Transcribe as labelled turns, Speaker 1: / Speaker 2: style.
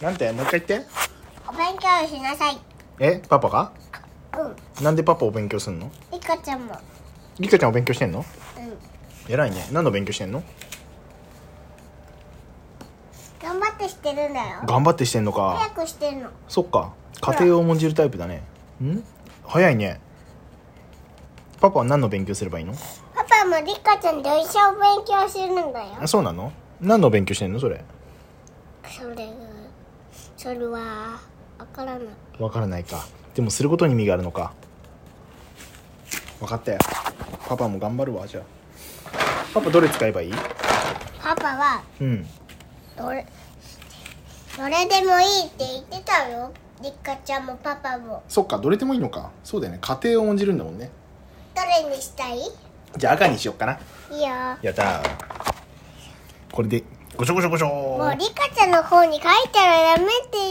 Speaker 1: なんてもう一回言って
Speaker 2: お勉強しなさい。
Speaker 1: えパパが
Speaker 2: うん。
Speaker 1: なんでパパお勉強すんの
Speaker 2: リカちゃんも。
Speaker 1: リカちゃんお勉強してんの
Speaker 2: うん。
Speaker 1: 偉いね何の勉強してんの
Speaker 2: 頑張ってしてるんだよ。
Speaker 1: 頑張ってしてんの
Speaker 2: 早
Speaker 1: か
Speaker 2: くしてるの。
Speaker 1: そっか家庭を重んじるタイプだねん早いねパパは何の勉強すればいいの
Speaker 2: パパもリカちゃんと一緒勉強してるんだよ。
Speaker 1: あそうなの何の勉強してんのそれ
Speaker 2: それが、それは、わからない。
Speaker 1: わからないかでもすることに意味があるのか分かったよパパも頑張るわじゃあパパどれ使えばいい
Speaker 2: パパは、
Speaker 1: うん
Speaker 2: どれ、どれでもいいって言ってたよ。リカちゃんもパパも。
Speaker 1: そっかどれでもいいのかそうだよね家庭を重んじるんだもんね
Speaker 2: どれにしたいいいよ。
Speaker 1: じゃあ赤にしよっかなやったーこれでごちょごちょごちょー
Speaker 2: もうリカちゃんの方に書いたらダメって言